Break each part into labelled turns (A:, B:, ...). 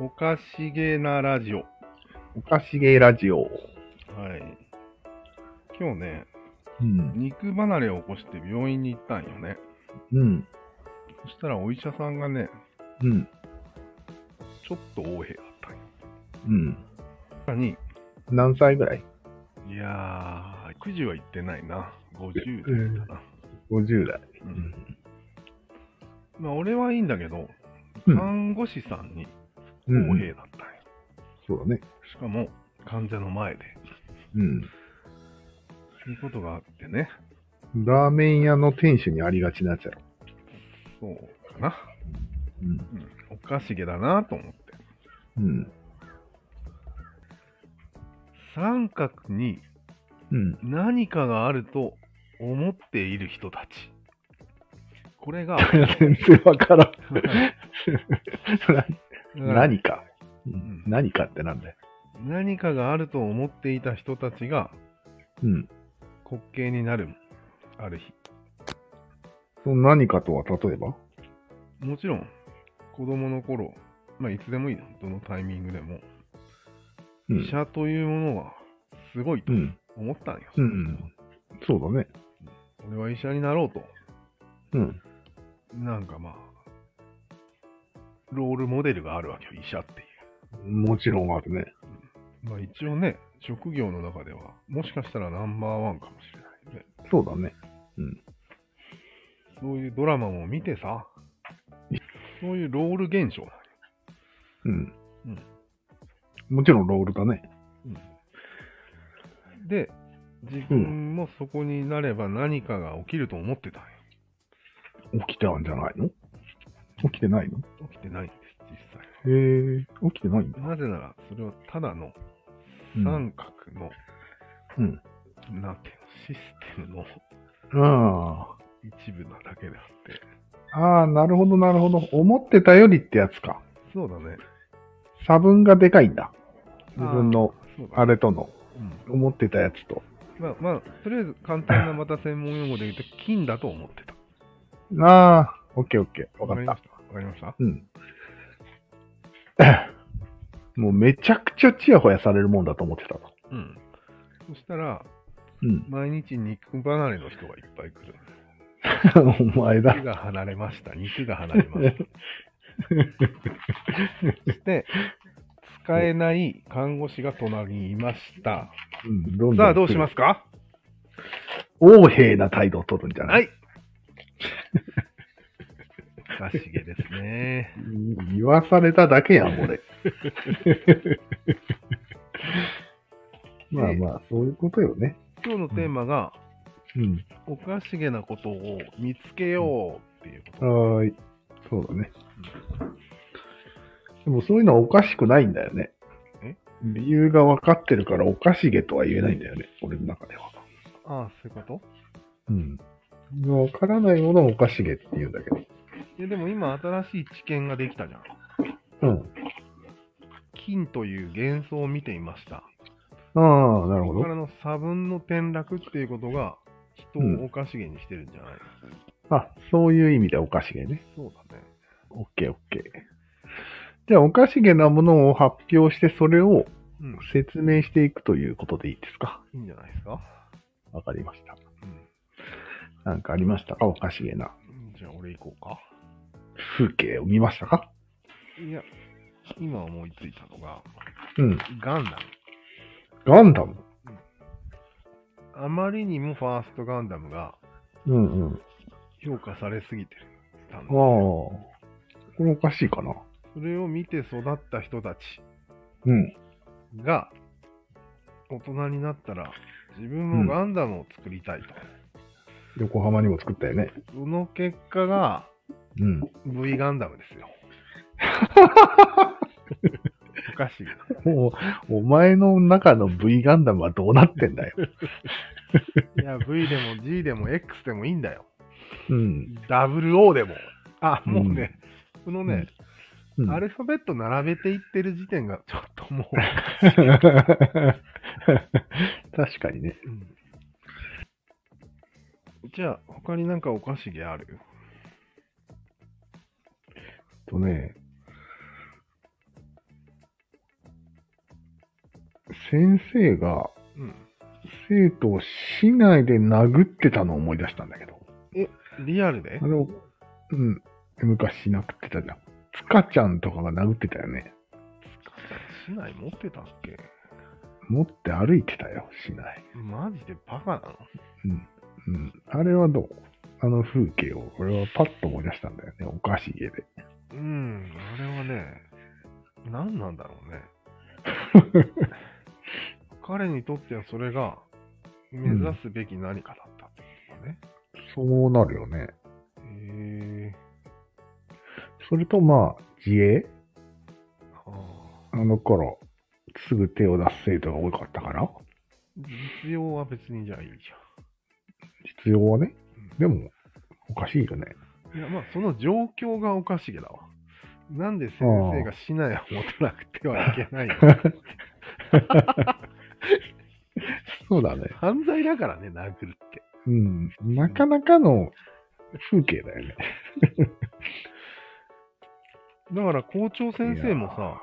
A: おかしげなラジオ。
B: おかしげラジオ。
A: はい。今日ね、
B: うん。
A: 肉離れを起こして病院に行ったんよね。
B: うん。
A: そしたらお医者さんがね、
B: うん。
A: ちょっと横柄だったんよ。
B: うん。
A: さらに、
B: 何歳ぐらい
A: いやー、90は行ってないな。50代かな。
B: ?50 代。
A: う。。
B: うん
A: まあ、俺はいいんだけど、
B: うん
A: 看護師さんに
B: うん
A: 横柄だったんよ。
B: そうだね。
A: しかも、患者の前で。
B: うん。
A: そういうことがあってね。
B: ラーメン屋の店主にありがちなやつやろ。
A: そうかな。
B: うん。
A: うん。おかしげだなと思って。
B: うん。
A: 三角に
B: うん。
A: 何かがあると思っている人たち。これ が、
B: 全然わからん。
A: だ
B: 何か。うんん何かってなんだよ。
A: から何かがあると思っていた人たちが
B: うん。
A: 滑稽になる、ある日。
B: その何かとは例えば
A: もちろん、子供の頃、まあ、いつでもいいよ、どのタイミングでも、
B: う
A: 医
B: ん。
A: 者というものはすごいと
B: うん。
A: 思ったんよ。
B: うんうん。そうだね。
A: 俺は医者になろうと。
B: うん。
A: なんかまあ、ロールモデルがあるわけよ、医者っていう。
B: もちろんあるね。
A: まあ一応ね、職業の中では、もしかしたらナンバーワンかもしれないね。
B: そうだね。
A: そういうドラマも見てさ、そういうロール現象な
B: うん。
A: うん
B: もちろんロールだね。
A: のよで、自分もそこになれば何かが起きると思ってたんよ。
B: 起きてたんじゃないの起きてないの
A: 起きてないんです、実
B: へえ、起きてないんだ。
A: 際。なぜなら、それはただの
B: うん
A: 三角の、
B: うん
A: なんていうの、システムの
B: あ
A: 一部なだけであって。
B: あ。ああ、なるほど、なるほど。思ってたよりってやつか。
A: そうだね。
B: 差分がでかいんだ。自分の
A: あーそうだ
B: あれとの、
A: うん
B: 思ってたやつと。
A: まあ、まあ、とりあえず簡単なまた専門用語で言うと、金だと思ってた。
B: ああ、オッケーオッケー。わかっ
A: り
B: た
A: ま。した。わかりました。
B: うん。 もうめちゃくちゃチヤホヤされるもんだと思ってた。
A: うん。そしたら、
B: うん。
A: 毎日肉離れの人がいっぱい来る。
B: お前だ
A: 肉。が離れました。肉が離れま した。そして、使えない看護師が隣にいました。
B: うん、どんどん
A: さあ、どうしますすか
B: 横柄な態度を取るんじゃない
A: はい。かしげですね。
B: 言わされただけやん、 俺。まあまあ、そういうことよね。
A: 今日のテーマが、
B: うん。
A: おかしげなことを見つけようっていうこと。
B: はーい。そうだね。でもそういうのはおかしくないんだよね
A: え。
B: 理由が分かってるからおかしげとは言えないんだよね、俺の中では。
A: ああ、そういうこと
B: うん。分からないものをおかしげって言うんだけど。
A: いやでも今新しい知見ができたじゃん。
B: うん。
A: 金という幻想を見ていました。
B: ああ、なる
A: こ
B: ほ
A: こ
B: ど
A: か。らの差分の転落っていうことが人をおかしげにしてるんじゃない、
B: あ、そういう意味でおかしげね。
A: そうだね。
B: オッケーオッケー。じゃあ、おかしげなものを発表して、それを
A: うん、
B: 説明していくということでいいですか
A: いいんじゃないですか。
B: わかりました。
A: う
B: なんかありましたかおかしげな。
A: ん、じゃあ俺行こうか。
B: 風景を見ましたか
A: いや、今思いついたのが、
B: うん。
A: ガンダム。
B: ガンダム。
A: あまりにもファーストガンダムが
B: うんうん。
A: 評価されすぎてる。た
B: ああ。
A: の
B: これおかしいかな。
A: それを見て育った人たち
B: うん。
A: が大人になったら自分もガンダムを作りたいと。
B: 横浜にも作ったよね。
A: その結果が
B: うん。
A: V ガンダムですよ。 おかしいな。
B: もう、お前の中の V ガンダムはどうなってんだよ。
A: いや、V でも G でも X でもいいんだよ。
B: うん。
A: WO でも。あ、もうね、このね、
B: うん
A: アルファベット並べていってる時点がちょっともう、
B: 確かにね。
A: うんじゃあ、他になんかおかしげある
B: えっとね、先生が
A: うん。
B: 生徒を市内で殴ってたのを思い出したんだけど。
A: リアルで
B: あの、うん。昔殴ってたじゃん。つかちゃんとかが殴ってたよね。
A: 市内持ってたっけ
B: 持って歩いてたよ、市内。
A: マジでバカなの
B: うん。あれはどうあの風景を、俺はパッと思い出したんだよね。お菓子家で。
A: うん、あれはね、何なんだろうね。 彼にとってはそれが目指すべき何かだったってことだね。
B: そうなるよね。
A: へえ
B: それとまあ、自衛
A: ー、はあ。
B: あの頃、すぐ手を出す生徒が多かったから、
A: 実用は別にじゃあいいじ
B: 必要はね。
A: ゃん。
B: でも、おかしいよね。
A: いや、まあ、その状況がおかしげだわ。なんで先生が市内を持たなくてはいけないの
B: そうだね。
A: 犯罪だからね、殴るって。
B: うん。なかなかの風景だよね。
A: だから校長先生も
B: いや
A: さ、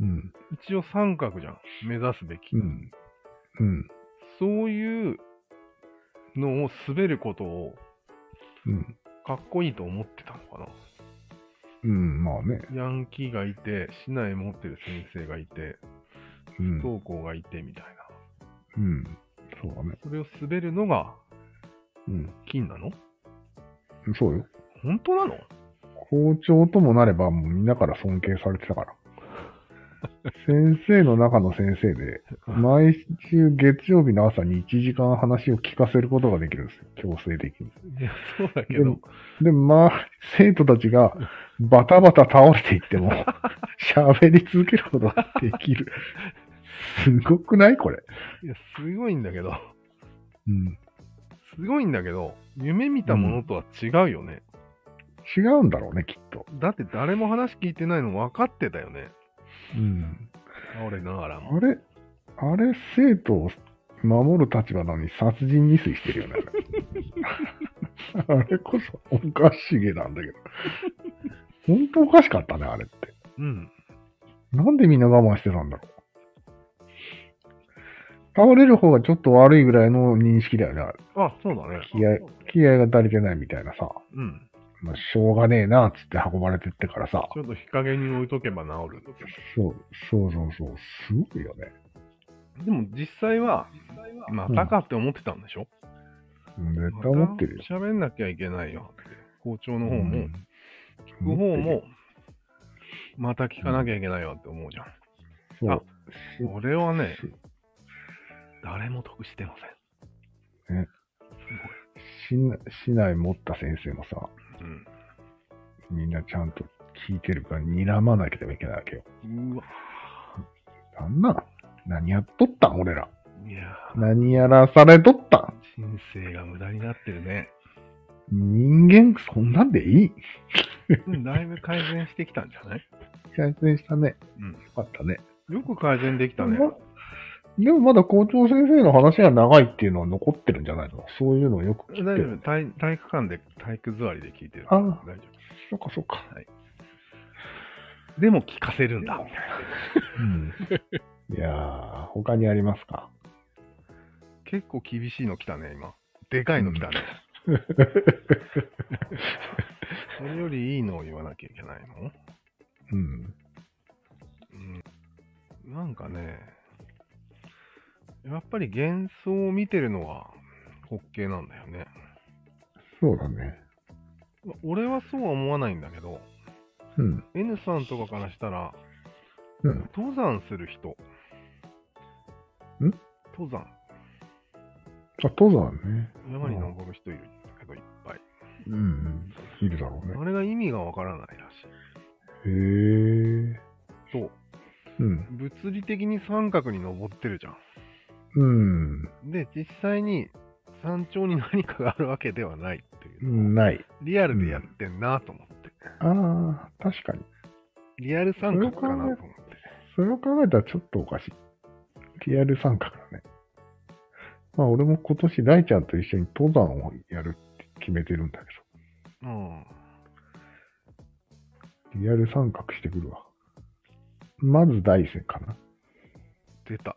B: うん。
A: 一応三角じゃん。目指すべき。
B: うん。うん。
A: そういうのを滑ることを
B: うん。
A: かっこいいと思ってたのか
B: うん。まあね。
A: な。ヤンキーがいて、市内持ってる先生がいて、
B: うん。
A: 不登校がいてみたいな。
B: うん。そうだね。
A: それを滑るのが
B: うん。
A: 金なの
B: そうよ。
A: 本当なの
B: 校長ともなれば、もうみんなから尊敬されてたから。先生の中の先生で、 毎週月曜日の朝に1時間話を聞かせることができるんですよ。強制的に。
A: いや、そうだけ
B: で
A: ど
B: も。で、まあ、生徒たちがバタバタ倒れていっても、 喋り続けることができる。すごくないこれ。
A: いや、すごいんだけど。
B: うん。
A: すごいんだけど、夢見たものとは違うよね。
B: 違うんだろうね、きっと。
A: だって誰も話聞いてないの分かってたよね。
B: うん。
A: 倒れながらも。
B: あれ、あれ、生徒を守る立場なのに殺人未遂してる よね。あれあれこそおかしげなんだけど。ほんとおかしかったね、あれって。
A: うん。
B: なんでみんな我慢してたんだろう。倒れる方がちょっと悪いぐらいの認識だよね。あれ
A: あ、そうだね。
B: 気合気合が足りてないみたいなさ。
A: うん。
B: まあ、しょうがねえな、つって運ばれてってからさ。
A: ちょっと日陰に置いとけば治る。
B: そう、そうそうそう。すごいよね。
A: でも実際は、またかって思ってたんでしょ、
B: うん
A: う
B: 絶対思ってるよ。
A: 喋んなきゃいけないよって。校長の方も
B: うん、
A: 聞く方も、また聞かなきゃいけないわって思うじゃん。
B: そう。
A: あそれはね、
B: し
A: 誰も得してま
B: 市内市内持った先生もさ、
A: せん。
B: みんなちゃんと聞いてるから睨まなければいけないわけよ。
A: うん。うわ。
B: なんなん何やっとったん俺ら。
A: いやー
B: 何やらされとったん
A: 人生が無駄になってるね。
B: 人間、そんなんでいい
A: うんだいぶ改善してきたんじゃない
B: 改善したね。
A: うん
B: よかったね。
A: よく改善できたね
B: で。もでもまだ校長先生の話が長いっていうのは残ってるんじゃないのそういうのをよく聞
A: 大
B: いて
A: 丈夫
B: る。
A: 体。体育館で体育座りで聞いてる。
B: あ
A: 大丈
B: そっかそっか。
A: 夫。でも聞かせるんだ。みたいな
B: うん。いやー、他にありますか
A: 結構厳しいの来たね、今。でかいの来た ね。それよりいいのを言わなきゃいけないの
B: うん。
A: うん。なんかね、やっぱり幻想を見てるのは滑稽なんだよね。
B: そうだね。
A: 俺はそうは思わないんだけど、
B: うん。
A: N さんとかからしたら、
B: うん。
A: 登山する人。
B: ん
A: 登山。
B: あ、登山ね。
A: 山に登る人いるんだけど、いっぱい。
B: うん。いるだろうね。
A: あれが意味がわからないらし
B: へえ。
A: い。と、
B: うん。
A: 物理的に三角に登ってるじゃ
B: うん。
A: ん。で、実際に山頂に何かがあるわけではないっていううのを。
B: んない。
A: リアルでやってんなと思って。
B: ああ、確かに。
A: リアル三角かなと思って。
B: それを考えたらちょっとおかしい。リアル三角だね。まあ俺も今年大ちゃんと一緒に登山をやるって決めてるんだけ
A: うん。
B: ど、リアル三角してくるわ。まず大戦かな。
A: 出た。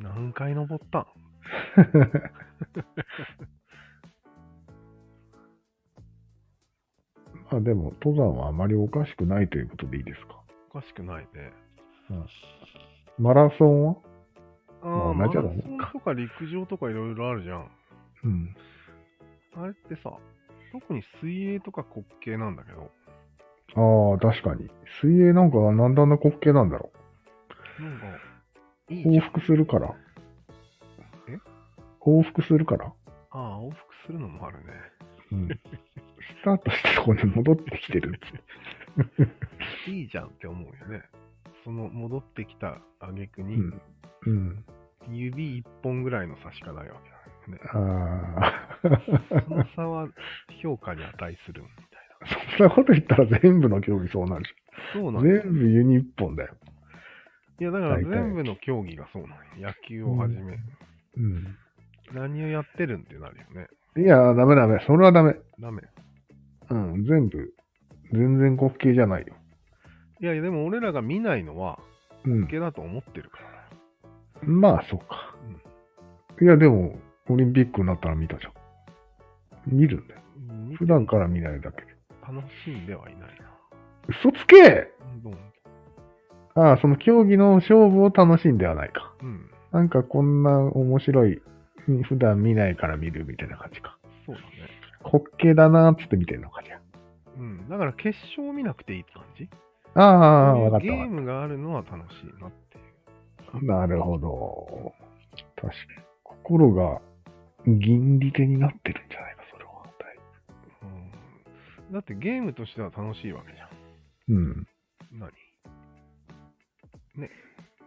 A: 何回登ったん
B: まあでも、登山はあまりおかしくないということでいいですか。
A: おかしくないね。
B: マラソンは
A: あ
B: ま
A: あ、
B: あ同じやろ
A: マラソンとか陸上とかいろいろあるじゃん。
B: うん。
A: あれってさ、特に水泳とか滑稽なんだけど、
B: ああ、確かに。水泳なんかなんであんな滑稽なんだろ。
A: なんか、いいうじ
B: 往
A: ゃん。
B: 復するから。
A: え
B: 往復するから。
A: ああ、往復するのもあるね。
B: うん。スタートしたとこに戻ってきてるっ つって。
A: いいじゃんって思うよね。その戻ってきた挙句
B: う
A: に、
B: ん。うん。
A: 指一本ぐらいの差しかないわけ だよ
B: ああ。
A: ね。その差は評価に値するみたい
B: そんなこと言ったら全部の競技そうなるじ
A: な。そう
B: ゃ。
A: なんんだよ
B: 全部ユニッポンだよ。
A: いや、だから
B: 大体
A: 全部の競技がそうなのよ。野球をはじめ、
B: うん。
A: 何をやってるんってなるよね。
B: いや、ダメダメ。それはダメ。
A: ダメ。
B: うん。全部。全然滑稽じゃないよ。
A: いやいや、でも俺らが見ないのは、
B: うん
A: 受。けだと思ってるから。
B: まあ、そうか。いや、でも、オリンピックになったら見たじゃん。見るんだよ。
A: 見て
B: 普段から見ないだけで。
A: 楽しんではいないな。
B: 嘘つけ
A: どうも
B: ああ、その競技の勝負を楽しんではないか。
A: うん。
B: なんかこんな面白い、うん普段見ないから見るみたいな感じか。
A: そうだね。
B: 滑稽だなーっつって見てんのかじゃ
A: うん。だから決勝を見なくていいって感じ
B: あ。ああ、
A: そういう
B: わかっ
A: ゲ
B: たわ
A: ー。ムがあるのは楽しいなっていう。
B: なるほど。確かに。心が銀利手になってるんじゃないか、それは。
A: うん、だってゲームとしては楽しいわけじゃん。
B: うん。
A: 何ね。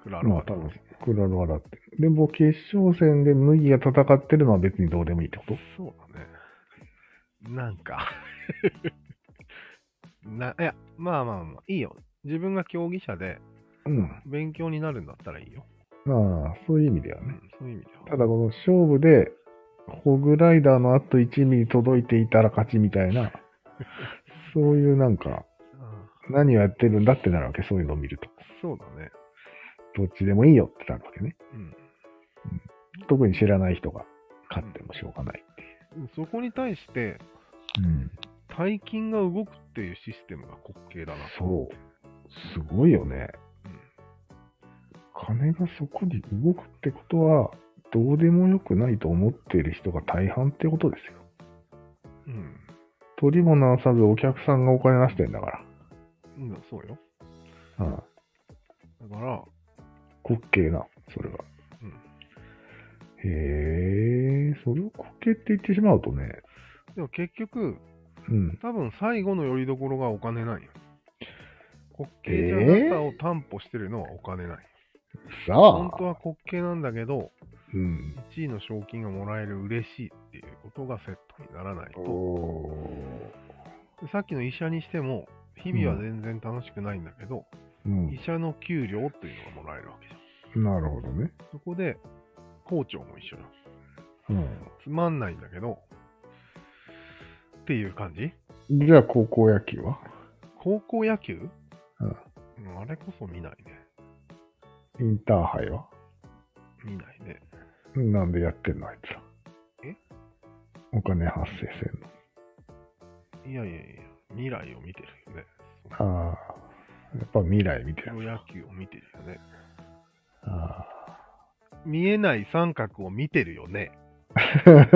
A: クラロ
B: まあ
A: ワ
B: 多分、クラロワだって。でも決勝戦で麦が戦ってるのは別にどうでもいいってこと
A: そうだね。なんか な。いや、まあまあまあ、いいよ。自分が競技者で
B: うん。
A: 勉強になるんだったらいいよ。
B: まあ、そういう意味では
A: う
B: ね。
A: ん、そういう意味では。
B: ただこの勝負で、ホグライダーのあと1ミリ届いていたら勝ちみたいな、そういうなんか、
A: うん
B: 何をやってるんだってなるわけ、そういうのを見ると。
A: そうだね。
B: どっちでもいいよってなるわけね。
A: うん
B: 特に知らない人が勝ってもしょうがないってい
A: そこに対して、
B: う。うん。
A: 大金が動くっていうシステムが滑稽だな。
B: そう。すごいよね。
A: うん
B: 金がそこに動くってことは、どうでもよくないと思っている人が大半ってことですよ。
A: うん。
B: 取りも直さずお客さんがお金出してんだか
A: うん、そうよ。
B: ら。うん。
A: だから、
B: 滑稽な、それは。
A: うん
B: へえ、それを滑稽って言ってしまうとね、
A: でも結局、
B: うん。
A: 多分最後の拠り所がお金ないよ。滑稽じゃなさを担保してるのはお金ない。
B: さ
A: 本当
B: あ、
A: は滑稽なんだけど、
B: うん。
A: 1位の賞金がもらえる嬉しいっていうことがセットにならないと。
B: お
A: でさっきの医者にしても、日々は全然楽しくないんだけど、
B: うん。
A: 医者の給料っていうのがもらえるわけじゃん。
B: なるほどね。
A: そこで、校長も一緒じゃん。
B: う
A: つまんないんだけど、っていう感じ
B: ん。じゃあ、高校野球は
A: 高校野球、
B: うん
A: うんあれこそ見ないね。
B: インターハイは
A: 見ないね。
B: なんでやってんのあいつら。
A: え
B: お金発生せんの。
A: いやいやいや、未来を見てるよね。
B: ああ。やっぱ未来見て
A: プロ
B: る。
A: 野球を見てるよね。
B: あ
A: 見えない三角を見てるよね。
B: あ。 やっ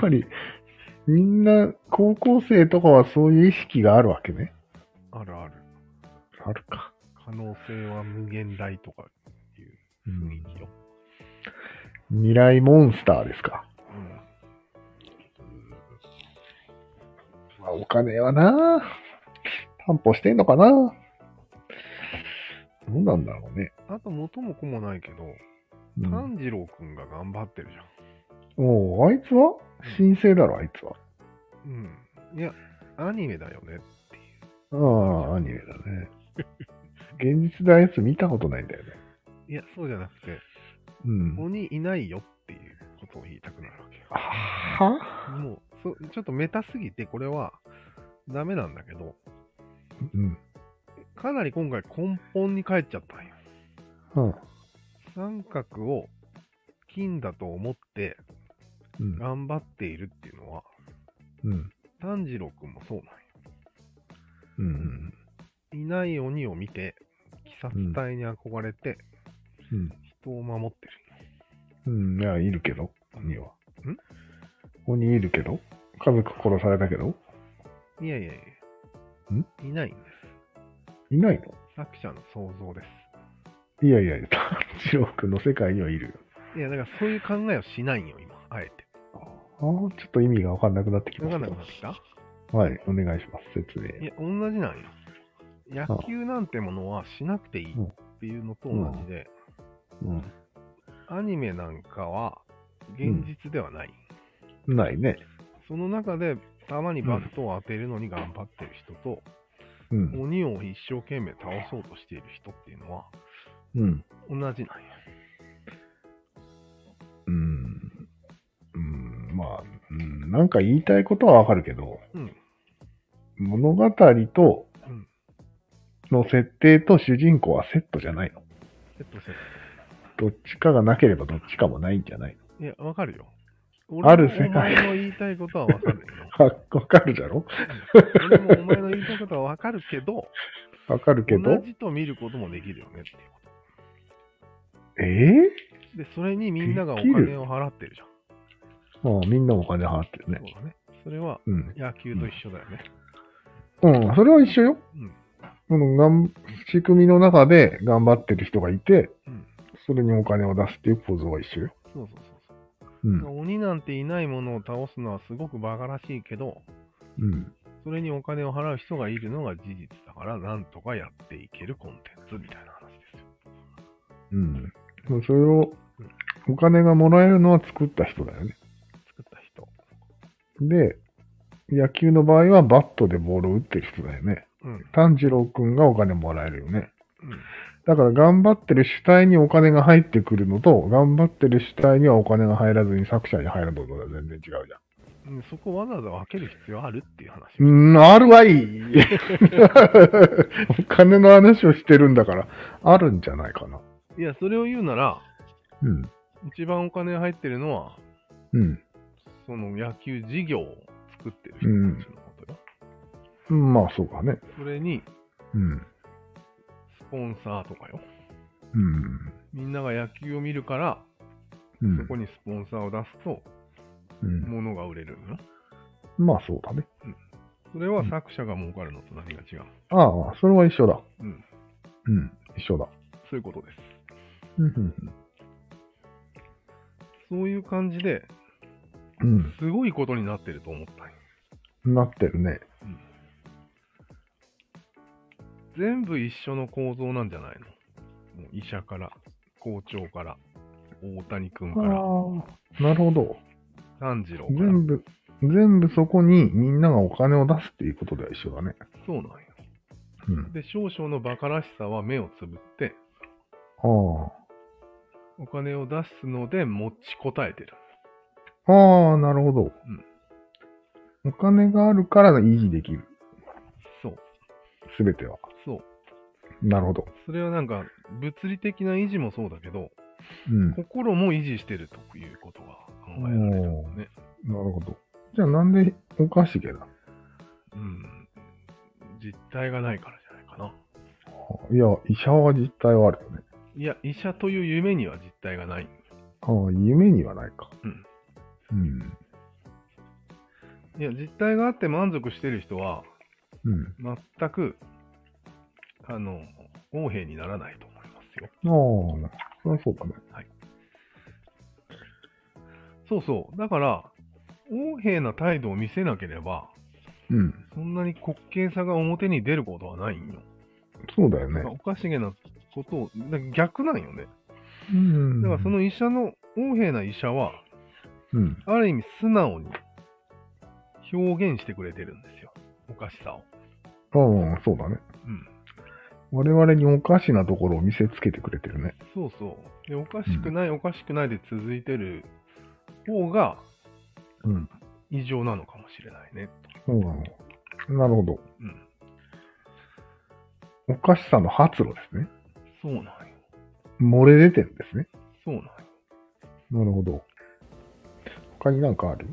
B: ぱり、みんな、高校生とかはそういう意識があるわけね。
A: あるある。
B: あるか。
A: 可能性は無限大とかいう
B: う
A: 雰
B: ん
A: 囲。気よ。
B: 未来モンスターですか。
A: うん。
B: まあ、お金はな、担保してんのかな。どうなんだろうね。
A: あと元も子もないけど、
B: うん、
A: 炭治郎くんが頑張ってるじゃ
B: おうあいつは申請だろ、あいつは。
A: ん。うん。いや、アニメだよね。
B: ああ、アニメだ ね。現実であいつ見たことないんだよね。
A: いや、そうじゃなくて、
B: うん。
A: 鬼いないよっていうことを言いたくなるわけよ。
B: は
A: もうそ、ちょっとメタすぎて、これはダメなんだけど、
B: うん。
A: かなり今回根本に帰っちゃったんよ。
B: うん。
A: 三角を金だと思って
B: うん。
A: 頑張っているっていうのは、
B: うん。
A: 炭治郎くんもそうなんよ。
B: うん。
A: いない鬼を見て、鬼殺隊に憧れて、
B: うん。
A: 人を守ってる。
B: うん。いや、いるけど、鬼は。ん
A: ん
B: 鬼いるけど家族殺されたけど
A: いやいやいや。いないんで
B: いないの
A: す。作者の想像です。
B: いやいや、 炭治郎くんの世界にはいるよ。
A: いや、だからそういう考えをしないんよ、今、あえて。
B: ああ、ちょっと意味がわかんなくなってきま
A: わ
B: し
A: か
B: た。
A: んなくなってきた
B: はい、お願いします、説明。
A: いや、同じなんよ。野球なんてものはしなくていいっていうのと同じで、アニメなんかは現実ではない。
B: うん。ないね。
A: その中で、たまにバットを当てるのに頑張ってる人と、
B: うん。
A: 鬼を一生懸命倒そうとしている人っていうのは
B: うん。
A: 同じなんよ。
B: うん。うん。まあ、うん、なんか言いたいことはわかるけど、
A: うん。
B: 物語と
A: うん、
B: の設定と主人公はセットじゃないの。
A: セットセッ
B: どっちかがなければどっちかもないんじゃない
A: ト。いや、わかるよ。
B: ある世界
A: 俺もお前の言いたいことはわかるよ。
B: のわわかるじゃろ
A: 俺もお前の言いたいことはわかるけど、
B: わかるけど
A: 同。じと見ることもできるよねっていうこ
B: え
A: と。で、それにみんながお
B: できる
A: 金を払ってるじゃん。
B: えもうみんなお金払ってるね。
A: そうだね。それは
B: うん。
A: 野球と一緒だよね。
B: うん、それは一緒よ。
A: うん。
B: このがん仕組みの中で頑張ってる人がいて、
A: うん。
B: それにお金を出すっていう構造は一緒よ。
A: そうそうそう
B: う
A: そ
B: ん。
A: う。鬼なんていないものを倒すのはすごく馬鹿らしいけど、
B: うん。
A: それにお金を払う人がいるのが事実だから、なんとかやっていけるコンテンツみたいな話ですよ。
B: うん。それを、お金がもらえるのは作った人だよね。
A: 作った人。
B: で、野球の場合はバットでボールを打ってる人だよね。
A: うん。うん。
B: 炭治郎くんがお金もらえるよね。だから頑張ってる主体にお金が入ってくるのと、頑張ってる主体にはお金が入らずに作者に入るのとは全然違うじゃん。
A: うんそこわざわざ分ける必要あるっていう話。
B: うーん、あるわい お金の話をしてるんだから、あるんじゃないかな。
A: いや、それを言うなら、
B: うん。
A: 一番お金入ってるのは、
B: うん
A: その野球事業を作ってる人たちのことよ。
B: うん。まあ、そうかね。
A: それに、
B: うん。
A: スポンサーとかよ。
B: うん。
A: みんなが野球を見るから、
B: うん
A: そこにスポンサーを出すと、
B: うん。
A: 物が売れるのよ。
B: まあ、そうだね。
A: それは作者が儲かるのと何が違う。
B: ああ、それは一緒だ。
A: うん。
B: うん。一緒だ。
A: そういうことです。
B: うんうん。
A: そういう感じで、
B: うん。
A: すごいことになってると思ったんよ
B: うん。なってるね。
A: 全部一緒の構造なんじゃないのもう医者から、校長から、大谷君
B: あ
A: から、
B: あ。なるほど。
A: 炭治郎から。
B: 全部、全部そこにみんながお金を出すっていうことでは一緒だね。
A: そうなんよ。
B: うん。
A: で、少々の馬鹿らしさは目をつぶって、
B: あ
A: お金を出すので持ちこたえてる。
B: あ。ああ、なるほど。お金があるから維持できる。
A: そう、
B: すべては。
A: そう。
B: なるほど。
A: それはなんか、物理的な維持もそうだけど、
B: うん。
A: 心も維持してるということが考えられるよね。
B: なるほど。じゃあなんでおかしげな
A: うん。実体がないからじゃないかな。
B: のいや、医者は実態はあるよね。
A: いや、医者という夢には実体がない。
B: ああ、夢にはないか。
A: うん。
B: うん。
A: いや、実体があって満足してる人は、
B: うん。
A: 全く、あの、横兵にならないと思いますよ。
B: ああ、そりゃそうだね。
A: そうそう。だから、横兵な態度を見せなければ、
B: うん。
A: そんなに滑稽さが表に出ることはないんよ。
B: そうだよ
A: だからお
B: ね。
A: かしげなことを、だから逆なんよね。
B: うん。
A: だからそ、の医者の、横兵な医者は、
B: うん。
A: ある意味素直に表現してくれてるんですよ。おかしさを。
B: ああ、そうだね。
A: うん。
B: 我々におかしなところを見せつけてくれてるね。
A: そうそう。で、おかしくない、おかしくないで続いてる方が
B: うん。
A: 異常なのかもしれないね、と。
B: そうなの。なるほど。
A: うん。
B: おかしさの発露ですね。
A: そうなんよ。
B: 漏れ出てるんですね。
A: そうなんよ
B: なるほど。他になんかある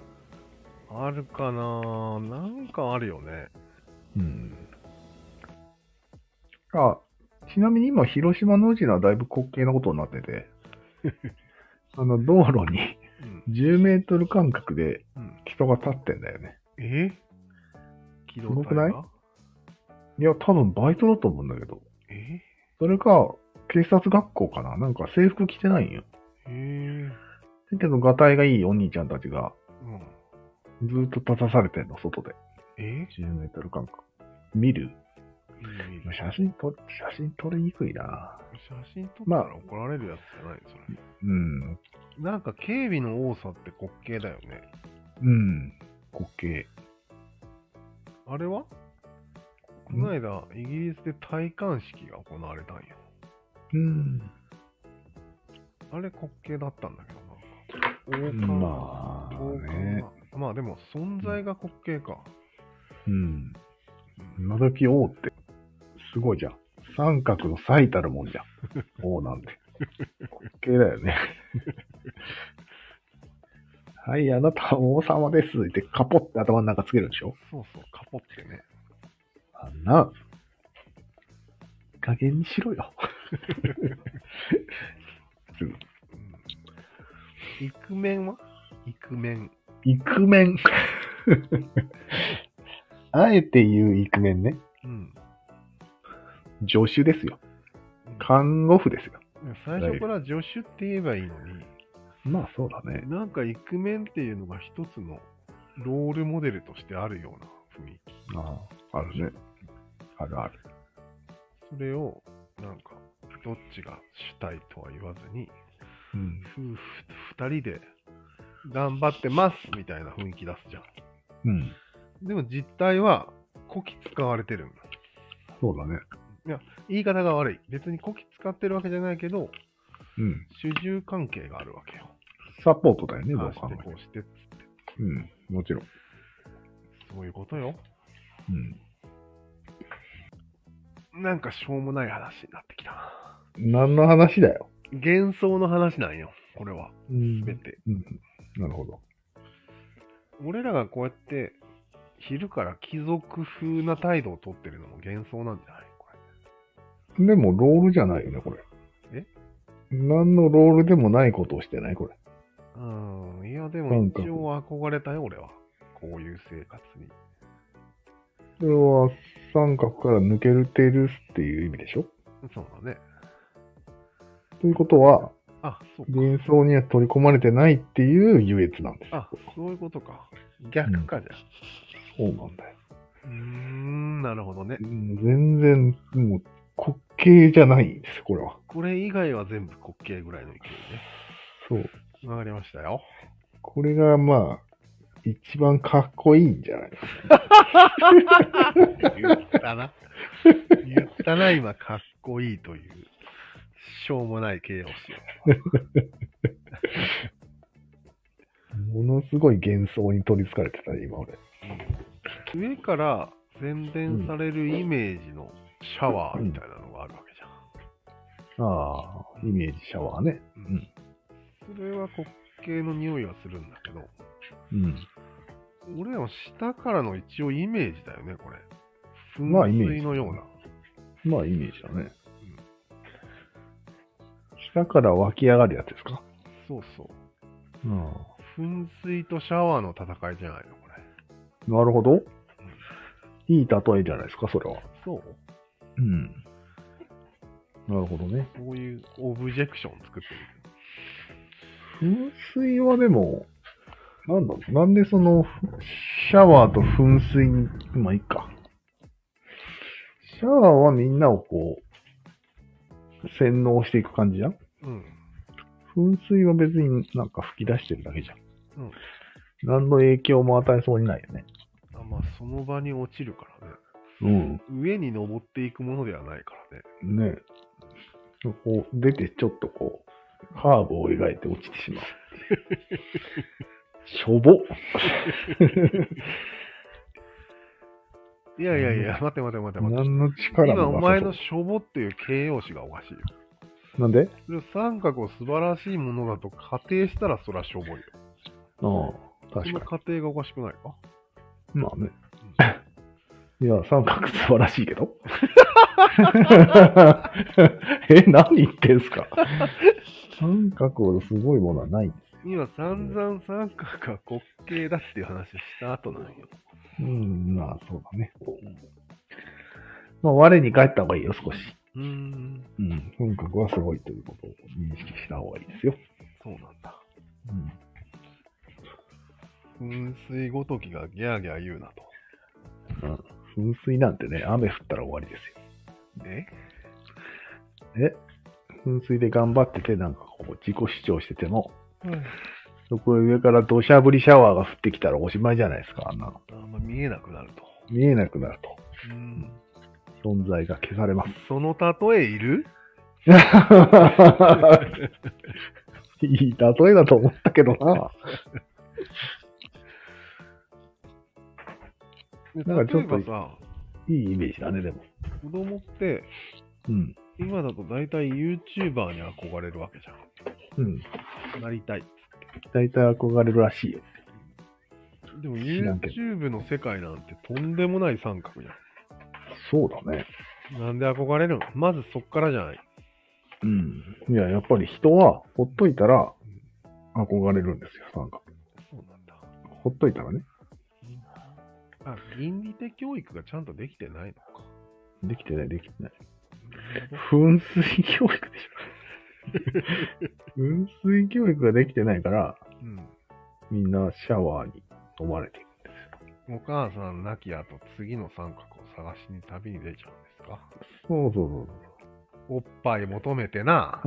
A: あるかななんかあるよね。
B: うん。あ、ちなみに今、広島のうちのはだいぶ滑稽なことになって て、あの、道路に
A: うん。
B: 10メートル間隔で
A: うん、
B: 人が立ってんだよね。
A: え機動
B: すごく
A: 隊
B: ない
A: が
B: いや、多分バイトだと思うんだけど。
A: え
B: それか、警察学校かななんか制服着てないんよ。
A: えー、
B: だけど、ガタイがいいお兄ちゃんたちが、
A: うん。
B: ずーっと立たされてんの、外で。
A: え
B: 10メートル間隔。見る
A: いいねいいね
B: 写真撮、写真撮りにくいな
A: 写真撮ったら怒られるやつじゃないそれ。
B: うん。
A: なんか警備の多さって滑稽だよね。
B: うん。滑稽。
A: あれはこの間、イギリスで戴冠式が行われたんよ。
B: うん。
A: あれ滑稽だったんだけどな。王冠、
B: ま
A: 王
B: あ
A: 冠
B: ね
A: が。まあでも、存在が滑稽か。
B: うん。
A: うん
B: 今時王って、すごいじゃん。三角の最たるもん じゃん。王なんて。滑稽だよね。はい、あなたは王様ですって、カポって頭の中つけるんでしょ
A: そうそう、カポってね。
B: あんな、加減にしろよ。
A: イクメンはイクメン。
B: イクメ ン。あえて言うイクメンね。
A: うん。
B: 助手ですよ。
A: うん
B: 看護婦ですよ。
A: 最初から助手って言えばいいのに、
B: まあそうだね。
A: なんかイクメンっていうのが一つのロールモデルとしてあるような雰囲気。
B: ああ、あるね。あるある。
A: それを、なんか、どっちが主体とは言わずに、
B: うん。
A: 夫婦二人で頑張ってますみたいな雰囲気出すじゃん。
B: うん。
A: でも実態は、こき使われてるんだ。
B: そうだね。
A: 言い方が悪い。別にこき使ってるわけじゃないけど、
B: うん。
A: 主従関係があるわけよ。
B: サポートだよね、ど
A: ああ
B: う
A: し
B: 考
A: て
B: え
A: こ
B: て
A: うしてっつって。
B: も。うん。もちろん。
A: そういうことよ。
B: うん。
A: なんかしょうもない話になってきたな。
B: 何の話だよ。
A: 幻想の話なんよ、これは。
B: うん
A: すべて。
B: うん。なるほど。
A: 俺らがこうやって、昼から貴族風な態度をとってるのも幻想なんじゃないこれ。
B: でも、ロールじゃないよね、これ。
A: え
B: 何のロールでもないことをしてないこれ。
A: うーん、いや、で
B: な
A: も
B: んか
A: 一応憧れたよ、俺は。こういう生活に。
B: それは、三角から抜けるてるっていう意味でしょ
A: そうだね。
B: ということは、
A: あ、そうか。
B: 幻想には取り込まれてないっていう優越なんです。
A: あ、そういうことか。逆かじ
B: そうなんだよ。
A: ゃん。うーん、なるほどね。
B: 全然、もう、滑稽じゃないんです、これは。
A: これ以外は全部滑稽ぐらいの勢い
B: そう。
A: ね。わかりましたよ。
B: これが、まあ、一番かっこいいんじゃないですか。
A: 言った な。言ったな、今、かっこいいという、しょうもない形容詞を。
B: ものすごい幻想に取り憑かれてたね、今俺。
A: 上から宣伝されるイメージのシャワーみたいなのがあるわけじゃん。
B: ああ、イメージシャワーね。ん
A: それは滑稽の匂いはするんだけど、
B: うん。
A: 俺らの下からの一応イメージだよね、これ。
B: まあイメ
A: 噴
B: ージ
A: 水のような。
B: まあ、イメージだね。下から湧き上がるやつですか
A: そうそう。
B: うん。
A: 噴水とシャワーの戦いじゃないの、これ。
B: なるほど。いい例えじゃないですか、それは。
A: そう
B: うん。なるほどね。
A: そういうオブジェクションを作ってる。
B: 噴水はでも、なんだろう、なんでその、シャワーと噴水に、まあいいか。シャワーはみんなをこう、洗脳していく感じじゃん
A: うん。
B: 噴水は別になんか吹き出してるだけじゃん。
A: うん。
B: 何の影響も与えそうにないよね。
A: あまあ、その場に落ちるからね。
B: うん。
A: 上に登っていくものではないからね。
B: ねえ。こう出てちょっとこう、カーブを描いて落ちてしまう。しょぼっ
A: いやいやいや、待って待って待って待って。
B: 何の力もなさそう
A: 今、お前のしょぼっていう形容詞がおかしいよ。
B: なんで
A: それを三角を素晴らしいものだと仮定したらそりゃしょぼいよ。
B: ああ、
A: そ
B: 確
A: の
B: か
A: 仮定がおかしくないか
B: に。まあね。 いや、三角素晴らしいけど。 え、何言ってんすか三角ほどすごいものはないんで
A: 今散々三角が滑稽だっていう話した後なんよ。
B: す。うん、まあそうだね。まあ我に返った方がいいよ、少し。
A: うーん、
B: うん、三角はすごいということを認識した方がいいですよ。
A: そうなんだ。
B: うん
A: 噴水ごときがギャーギャー言うなと。
B: 噴水なんてね、雨降ったら終わりですよ。
A: え
B: 噴水で頑張ってて、なんかこう、自己主張してても、
A: うん
B: そこへ上から土砂降りシャワーが降ってきたらおしまいじゃないですか、あんなの。
A: あんま見えなくなると。
B: 見えなくなると、
A: うーん、
B: 存在が消され ます。
A: その例えいる
B: いい例えだと思ったけどな。
A: で
B: なんかちょっと
A: 例えば
B: いいイメージだね、でも。
A: さ、子供って
B: うん。
A: 今だと大体 YouTuber に憧れるわけじゃ
B: うん。
A: ん。なりたい。
B: 大体憧れるらしいよ。
A: でも
B: 知らんけど
A: YouTube の世界なんてとんでもない三角じ
B: そうだね。
A: ゃん。なんで憧れるのまずそっからじゃない。
B: うん。いや、やっぱり人は、ほっといたら、憧れるんですよ、三角。
A: そうなんだ。
B: ほっといたらね。
A: あ、倫理的教育がちゃんとできてないのか。
B: できてない、できてない。噴水教育でしょ。噴水教育ができてないから、
A: うん。
B: みんなシャワーに飲まれていくんですよ。
A: お母さん亡き後、次の三角を探しに旅に出ちゃうんですか
B: そうそうそうそう。
A: おっぱい求めてな。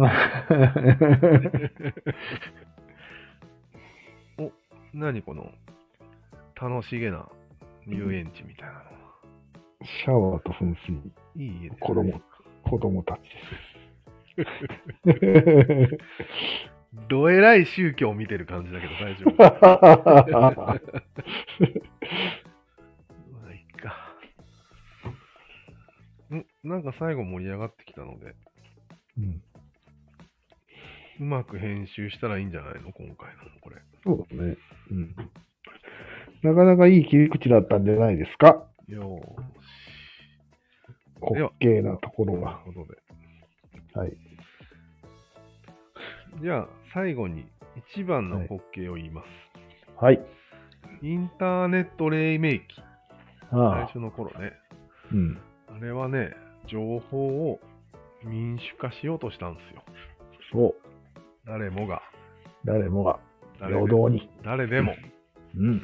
A: 何この楽しげな遊園地みたいなの。
B: シャワーと噴水、
A: いい家です、ね。
B: 子供。子供たちです。
A: どえらい宗教を見てる感じだけど大丈夫。まあいっか。んなんか最後盛り上がってきたので、
B: うん
A: うまく編集したらいいんじゃないの今回のこれ。
B: そうだね、うん。なかなかいい切り口だったんじゃないですか。
A: よーし。で
B: 滑
A: は
B: 稽なところ
A: と
B: が。
A: いうことで。
B: はい。
A: じゃあ、最後に一番の滑稽を言います。
B: はい。
A: インターネット黎明期、最
B: ああ
A: 初の頃ね。
B: うん。
A: あれはね、情報を民主化しようとしたんですよ。
B: そう。
A: 誰もが。
B: 誰もが
A: 誰
B: 平
A: で
B: 等
A: も。
B: に。
A: 誰でも。
B: うん。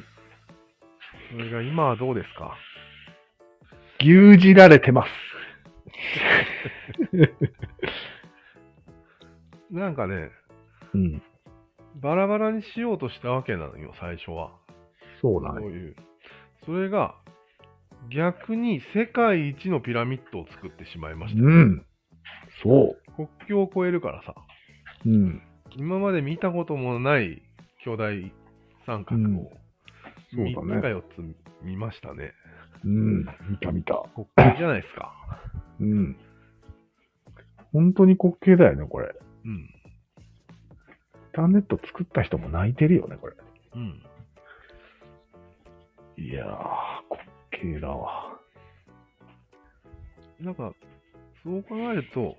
A: それが今はどうですか
B: 牛耳られてます。
A: なんかね、
B: うん。
A: バラバラにしようとしたわけなのよ、最初は。
B: そうだ
A: そう
B: ね。
A: いう。それが、逆に世界一のピラミッドを作ってしまいました。
B: うん。そ
A: 国境を越えるからさ、
B: う。うん。
A: 今まで見たこともない巨大三角
B: うん
A: を、
B: そうだね
A: 3つか4つ見ましたね。
B: うん。見た見た。
A: 国境じゃないですか。
B: うん。本当に滑稽だよね、これ。
A: うん。
B: インターネット作った人も泣いてるよね、これ。
A: うん。
B: いやー、滑稽だわ。
A: なんか、そう考えると、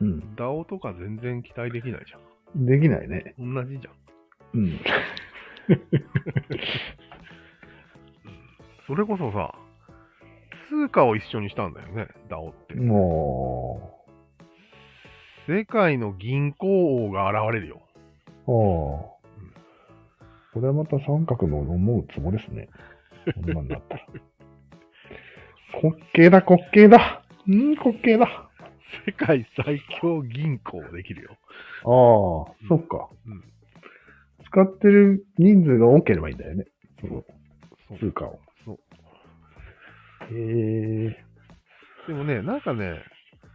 B: うん。
A: DAO とか全然期待できないじゃ
B: できないね。
A: ん。同じじゃん。
B: うん。
A: それこそさ、通貨を一緒にしたんだよね、DAO って。
B: も
A: 世界の銀行王が現れるよ。
B: う、ああ。これはまた三角の思うつぼですね。こんなんだったら。滑稽だ、滑稽だ。うん、滑稽だ。あ
A: 世界最強銀行できるよ。
B: あ、そっか。
A: うん
B: 使ってる人数が多ければいいんだよね。その
A: そう
B: 通貨を。
A: そう
B: へえ。
A: でもね、なんかね、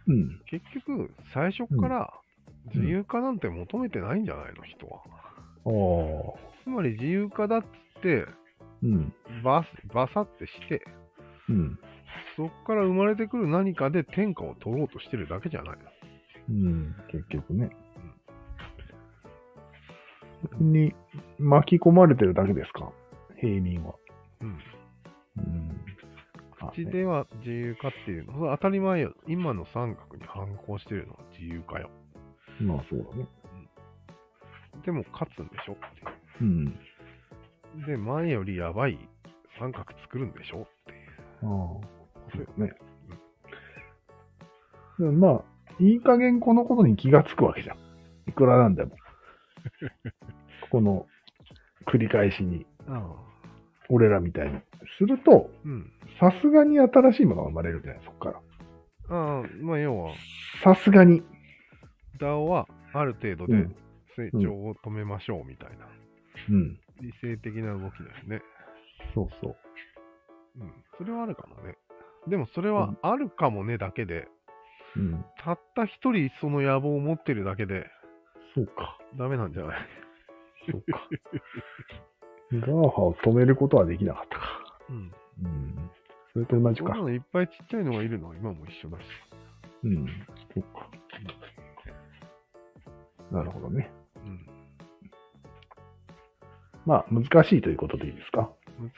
B: うん。
A: 結局、最初から自由化なんて求めてないんじゃないの、人は。
B: ああ。
A: つまり自由化だっつって、
B: うん。
A: バスバサってして、
B: うん。
A: そこから生まれてくる何かで天下を取ろうとしてるだけじゃないの。
B: うん、結局ね。に巻き込まれてるだけですか平民は。
A: うん。
B: うん。あ
A: 口では自由化っていうの、それ当たり前よ。今の三角に反抗してるのは自由化よ。
B: まあそうだね。
A: でも勝つんでしょっていう。
B: うん。
A: で、前よりやばい三角作るんでしょっていう。
B: ああ、そうね。でもまあ、いい加減このことに気がつくわけじゃん。いくらな んでも。この繰り返しに、
A: ああ。
B: 俺らみたいに。すると、
A: うん。
B: さすがに新しいものが生まれるじゃない、そこから。
A: ああ、まあ要は、
B: さすがに。
A: DAO はある程度
B: う
A: で
B: ん
A: 成長を止めましょうみたいな、
B: うん。
A: 理性的な動きですね。
B: そうそう。
A: うん。それはあるかもね。でもそれはあるかもねだけで、
B: うん。
A: たった一人その野望を持ってるだけで
B: そうか。
A: ダメなんじゃない
B: そうか。 ガーハを止めることはできなかったか。
A: うん。
B: うん。それと同じ
A: そんな
B: か。
A: のいっぱいちっちゃいのがいるのは今も一緒だし。
B: うん。そうか。なるほどね。
A: うん。
B: まあ、難しいということでいいですか。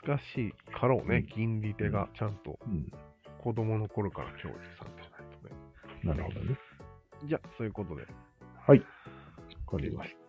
A: 難しいかろうね、
B: うん
A: 銀利手がちゃんと
B: うん。
A: 子供の頃から教育されてないとね。
B: なるほどね。
A: じゃあ、そういうことで。
B: はい。わかりました。